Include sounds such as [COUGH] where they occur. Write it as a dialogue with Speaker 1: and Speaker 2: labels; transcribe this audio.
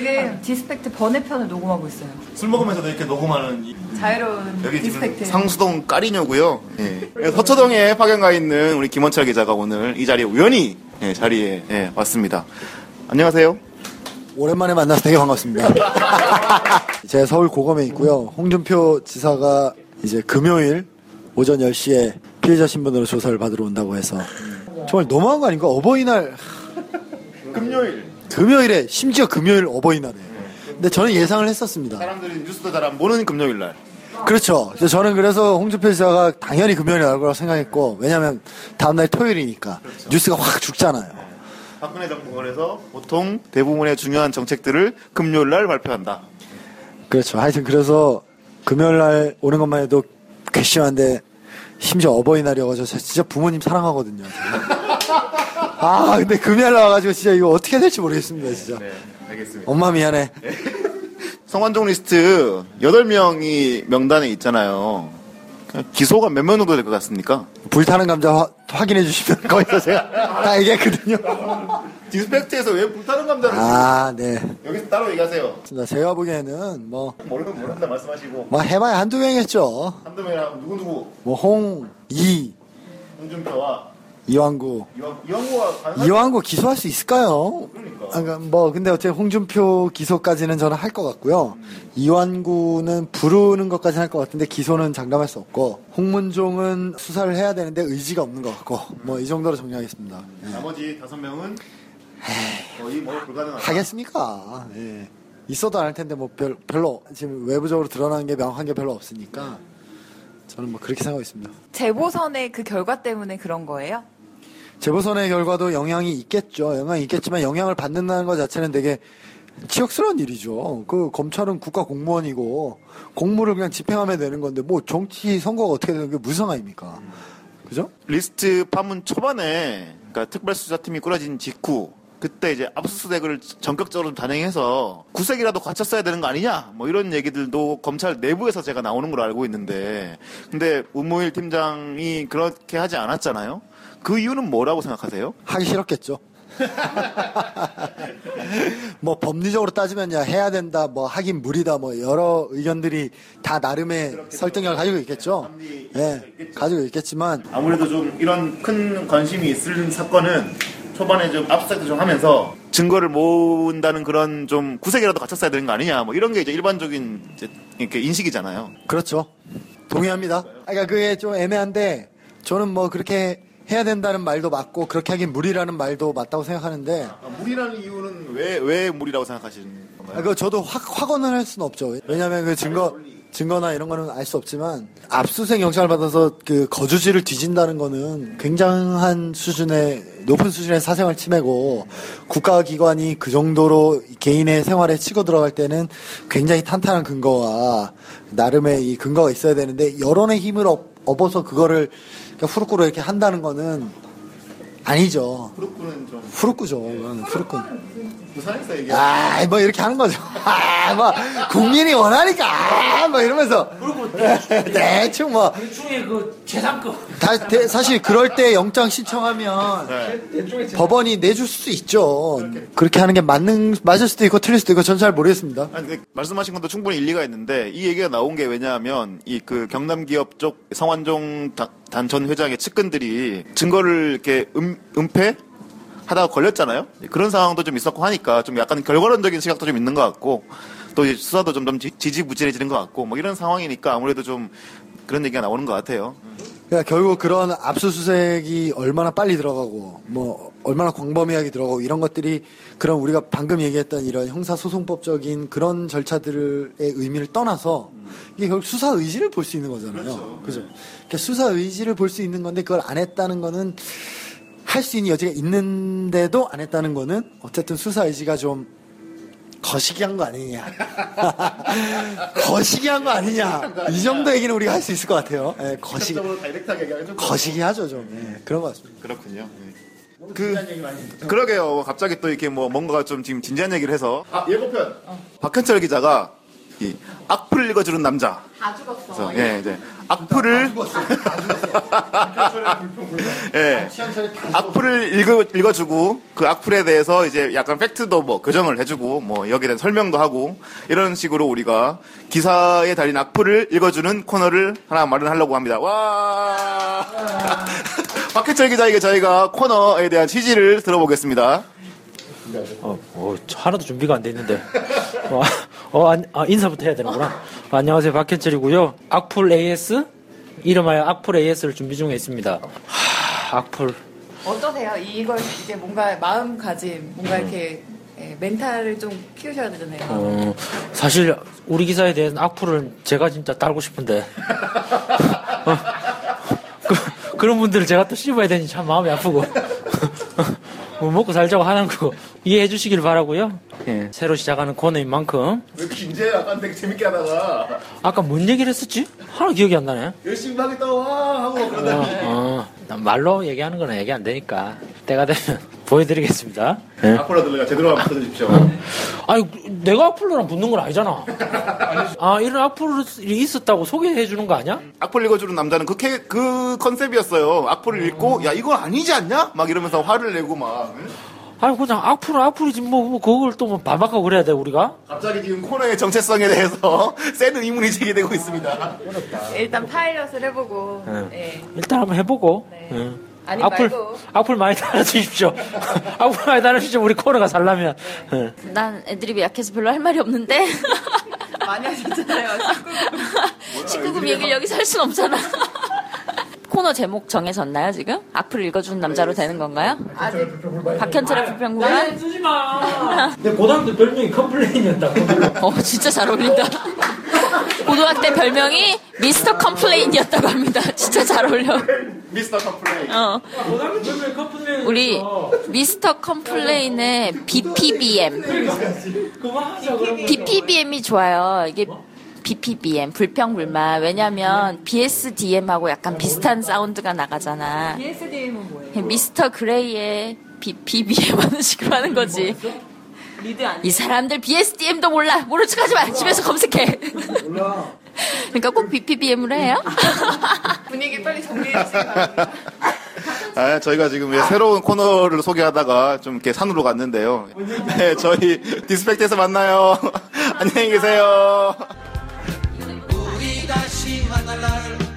Speaker 1: 네.
Speaker 2: 디스펙트 번외편을 녹음하고 있어요.
Speaker 1: 술 먹으면서도 이렇게 녹음하는 이-
Speaker 2: 자유로운
Speaker 1: 여기 지금
Speaker 2: 디스펙트.
Speaker 3: 상수동 까리녀고요. 예. 예, 서초동에 파견가 있는 우리 김원철 기자가 오늘 이 자리에 우연히 예, 자리에 예, 왔습니다. 안녕하세요.
Speaker 4: 오랜만에 만나서 되게 반갑습니다. [LAUGHS] 제가 서울 고검에 있고요. 홍준표 지사가 이제 금요일 오전 10시에 피해자 신분으로 조사를 받으러 온다고 해서 정말 너무한 거 아닌가? 어버이날
Speaker 3: 금요일
Speaker 4: 금요일에 심지어 금요일 어버이날에. 근데 저는 예상을 했었습니다.
Speaker 3: 사람들이 뉴스도 잘 안 보는 금요일 날.
Speaker 4: 그렇죠. 그래서 저는 그래서 홍준표 지사가 당연히 금요일에 나올 거라고 생각했고 왜냐하면 다음날 토요일이니까
Speaker 3: 그렇죠.
Speaker 4: 뉴스가 확 죽잖아요.
Speaker 3: 박근혜 정부에서 보통 대부분의 중요한 정책들을 금요일 날 발표한다.
Speaker 4: 그렇죠. 하여튼 그래서 금요일 날 오는 것만 해도 괘씸한데 심지어 어버이날이어가지고 저 진짜 부모님 사랑하거든요. 아 근데 금요일 날 와가지고 진짜 이거 어떻게 해야 될지 모르겠습니다 진짜.
Speaker 3: 네. 알겠습니다.
Speaker 4: 엄마 미안해.
Speaker 3: 성완종 리스트 8명이 명단에 있잖아요. 그냥 기소가 몇 명 정도 될 것 같습니까?
Speaker 4: 불타는 감자 화- 확인해 주시면 [LAUGHS] 거기서 제가 다 얘기했거든요.
Speaker 3: 디스펙트에서 왜 불타는 감자를
Speaker 4: 아 네.
Speaker 3: 여기서 따로 얘기하세요.
Speaker 4: 맞습니다. 제가 보기에는 뭐,
Speaker 3: 모르면 모른다 말씀하시고
Speaker 4: 뭐 해봐야 한두 명이겠죠.
Speaker 3: 한두 명이랑 누구누구
Speaker 4: 뭐 홍, 이,
Speaker 3: 홍준표와
Speaker 4: 이왕구
Speaker 3: 이왕, 이왕호와 관사
Speaker 4: 이왕구 기소할 수 있을까요?
Speaker 3: 그러니까.
Speaker 4: 아, 그러니까 뭐 근데 어쨌든 홍준표 기소까지는 저는 할 것 같고요. 이완구는 부르는 것까지는 할 것 같은데 기소는 장담할 수 없고 홍문종은 수사를 해야 되는데 의지가 없는 것 같고 뭐 이 정도로 정리하겠습니다. 예.
Speaker 3: 나머지 다섯 명은 거의 뭐 불가능하다.
Speaker 4: 하겠습니까? 예. 있어도 안 할 텐데 뭐 별, 별로 지금 외부적으로 드러나는 게 명확한 게 별로 없으니까 저는 뭐 그렇게 생각하고 있습니다.
Speaker 2: 재보선의 그 결과 때문에 그런 거예요?
Speaker 4: 재보선의 결과도 영향이 있겠죠. 영향이 있겠지만 영향을 받는다는 것 자체는 되게 치욕스러운 일이죠. 그 검찰은 국가 공무원이고 공무를 그냥 집행하면 되는 건데 뭐 정치 선거가 어떻게 되는 게 무슨 상관입니까? 그죠?
Speaker 3: 리스트 파문 초반에 그러니까 특별수사팀이 꾸려진 직후 그때 이제 압수수색을 전격적으로 단행해서 구색이라도 갖췄어야 되는 거 아니냐 뭐 이런 얘기들도 검찰 내부에서 제가 나오는 걸로 알고 있는데 근데 우무일 팀장이 그렇게 하지 않았잖아요 그 이유는 뭐라고 생각하세요?
Speaker 4: 하기 싫었겠죠. [LAUGHS] 뭐 법리적으로 따지면 야 해야 된다, 뭐 하긴 무리다, 뭐 여러 의견들이 다 나름의 설득력을 가지고 있겠죠. 예, 가지고 있겠지만
Speaker 3: 아무래도 좀 이런 큰 관심이 있을 사건은 초반에 좀 압수수색도 좀 하면서 증거를 모은다는 그런 좀 구색이라도 갖췄어야 되는 거 아니냐 뭐 이런 게 이제 일반적인 이제 이렇게 인식이잖아요
Speaker 4: 그렇죠. 동의합니다. 아, 그러니까 그게 좀 애매한데 저는 뭐 그렇게 해야 된다는 말도 맞고 그렇게 하긴 무리라는 말도 맞다고 생각하는데
Speaker 3: 아, 물이라는 이유는 왜, 왜 물이라고 생각하시는 건가요?
Speaker 4: 아, 그 저도 확 확언을 할 수는 없죠. 왜냐하면 그 증거 증거나 이런 거는 알 수 없지만 압수수색 영장을 받아서 그 거주지를 뒤진다는 거는 굉장한 수준의 높은 수준의 사생활 침해고 국가기관이 그 정도로 개인의 생활에 치고 들어갈 때는 굉장히 탄탄한 근거와 나름의 이 근거가 있어야 되는데 여론의 힘을 업, 업어서 그거를 그냥 후루꾸로 이렇게 한다는 거는 아니죠.
Speaker 3: 프로프는 좀
Speaker 4: 후루꾸죠. 그건 후루꾸.
Speaker 3: 부산에서 얘기해요.
Speaker 4: 아, 뭐 이렇게 하는 거죠. [LAUGHS] 아, 뭐 국민이 원하니까 아, 뭐 이러면서 [LAUGHS] 대충 뭐
Speaker 5: 대충의 그 재산급.
Speaker 4: 다, 대- 사실 그럴 때 영장 신청하면
Speaker 5: 대충의 재산급.
Speaker 4: 법원이 내줄 수 있죠. 그렇게 하는 게 맞는 맞을 수도 있고 틀릴 수도 있고 전 잘 모르겠습니다.
Speaker 3: 아니, 근데 말씀하신 것도 충분히 일리가 있는데 이 얘기가 나온 게 왜냐하면 이 그 경남 기업 쪽 성완종 다- 단천 회장의 측근들이 증거를 이렇게 음, 은폐 하다가 걸렸잖아요. 그런 상황도 좀 있었고 하니까 좀 약간 결과론적인 시각도 좀 있는 것 같고 또 이제 수사도 점점 지- 지지부진해지는 것 같고 뭐 이런 상황이니까 아무래도 좀 그런 얘기가 나오는 것 같아요.
Speaker 4: 그러니까 결국 그런 압수수색이 얼마나 빨리 들어가고 뭐 얼마나 광범위하게 들어가고 이런 것들이 그런 우리가 방금 얘기했던 이런 형사소송법적인 그런 절차들의 의미를 떠나서 이게 결국 수사 의지를 볼 수 있는 거잖아요. 그죠? 그러니까 수사 의지를 볼 수 있는 건데 그걸 안 했다는 거는 할 수 있는 여지가 있는데도 안 했다는 거는 어쨌든 수사 의지가 좀 거시기한 거 아니냐. [LAUGHS] 거시기한 거 아니냐. 이 정도 얘기는 우리가 할 수 있을 것 같아요. 예, 거시
Speaker 3: 다이렉트하게 얘기하면 좀
Speaker 4: 거시기하죠 좀. 예, 그런 것 같습니다.
Speaker 3: 그렇군요. 그
Speaker 2: 어.
Speaker 3: 그러게요. 갑자기 또 이렇게 뭐 뭔가 좀 지금 진지한 얘기를 해서 아 예고편 박현철 기자가 이 악플을 읽어주는 남자.
Speaker 2: 다 죽었어.
Speaker 3: 그래서, 예, 이제 악플을 [LAUGHS] 예, 악플을 읽어, 읽어주고 그 악플에 대해서 이제 약간 팩트도 뭐 교정을 해주고 뭐 여기에 대한 설명도 하고 이런 식으로 우리가 기사에 달린 악플을 읽어주는 코너를 하나 마련하려고 합니다. 와 [LAUGHS] 박해철 기자에게 저희가 코너에 대한 취지를 들어보겠습니다.
Speaker 6: 어, 어, 저 하나도 준비가 안 돼 있는데. 어, 어, 안- 아, 인사부터 해야 되는구나. 어, 안녕하세요. 박현철이고요. 악플 AS? 이름하여 악플 AS를 준비 중에 있습니다. 하, 악플.
Speaker 2: 어떠세요? 이걸 이제 뭔가 마음가짐,
Speaker 1: 네.
Speaker 2: 뭔가 이렇게 예, 멘탈을 좀 키우셔야 되잖아요.
Speaker 6: 어, 사실 우리 기사에 대한 악플은 제가 진짜 달고 싶은데. 어, 그, 그런 분들을 제가 또 씹어야 되니 참 마음이 아프고. 뭐 먹고 살자고 하는 거고 이해해 주시길 바라고요. 예, 새로 시작하는 코너인 만큼
Speaker 1: 왜 김재야 약간 되게 재밌게 하다가
Speaker 6: 아까 뭔 얘기를 했었지? 하나 기억이 안 나네.
Speaker 1: 열심히 하겠다 와 하고 그러다
Speaker 6: 어, 난 말로 얘기하는 거는 얘기 안 되니까 때가 되면 [LAUGHS] 보여드리겠습니다.
Speaker 3: 네.
Speaker 6: 예.
Speaker 1: 앞으로 들어가 제대로 한번 붙여주십시오.
Speaker 6: 아니 내가 악플러랑 붙는 건 아니잖아. 아 이런 악플이 있었다고 소개해 주는 거 아니야?
Speaker 3: 악플 읽어주는 남자는 그, 캐, 그 컨셉이었어요. 악플을 읽고 야 이건 아니지 않냐? 막 이러면서 화를 내고 막 응?
Speaker 6: 아니 그냥 악플은 악플이지 뭐, 뭐 그걸 또뭐 반박하고 그래야 돼 우리가?
Speaker 3: 갑자기 지금 코너의 정체성에 대해서 [LAUGHS] 센 의문이 제기되고 있습니다.
Speaker 2: 일단 파일럿을 해보고,
Speaker 1: 네.
Speaker 2: 예.
Speaker 6: 일단 한번 해보고.
Speaker 2: 네.
Speaker 6: 예.
Speaker 2: 아니,
Speaker 6: 악플
Speaker 2: 말고.
Speaker 6: 악플 많이 달아주십시오. [LAUGHS] 악플 많이 달아주십시오. 우리 코너가 살라면.
Speaker 2: 네.
Speaker 6: 예.
Speaker 7: 난 애드립이 약해서 별로 할 말이 없는데 [LAUGHS]
Speaker 2: 많이 하셨잖아요. [LAUGHS]
Speaker 7: 19금 얘기를 여기서 할 순 없잖아 [LAUGHS] 코너 제목 정해졌나요 지금? 악플 읽어주는 남자로 되는 건가요?
Speaker 2: 아직
Speaker 7: 박현철의 불평구간?
Speaker 2: [LAUGHS]
Speaker 6: 쓰지 마. 근데 고등학교 때 별명이 컴플레인이었다.
Speaker 7: 어 진짜 잘 어울린다 [LAUGHS] 고등학교 때 별명이 미스터 컴플레인이었다고 합니다 진짜 잘 어울려
Speaker 3: 미스터 컴플레인.
Speaker 7: 어.
Speaker 6: 고등학교 별명이 컴플레인.
Speaker 7: 우리 미스터 컴플레인의 BPBM
Speaker 6: 그러니까 그만하자
Speaker 2: 네.
Speaker 6: 그러면.
Speaker 7: BPBM이 좋아요. 이게
Speaker 2: 뭐?
Speaker 7: BPBM 불평불만.
Speaker 2: 네.
Speaker 7: 왜냐면 BSDM하고 약간
Speaker 2: 어,
Speaker 7: 비슷한 사운드가 나가잖아.
Speaker 2: BSDM은 뭐예요?
Speaker 7: 그냥 미스터 그레이의 BPBM 하는 식으로 하는 거지.
Speaker 2: 리드 아. 아니
Speaker 7: 이 사람들 BSDM도 몰라. 모른 척하지 마. 집에서 검색해. 그러니까 꼭 BPBM으로 해요.
Speaker 2: 아. 분위기 빨리 정리해 주시기 바랍니다.
Speaker 3: 아, 저희가 지금 왜 새로운 코너를 소개하다가 좀 이렇게 산으로 갔는데요. 네, 저희 디스펙트에서 만나요. [LAUGHS] 안녕히 계세요.
Speaker 8: 우리 다시 만날 날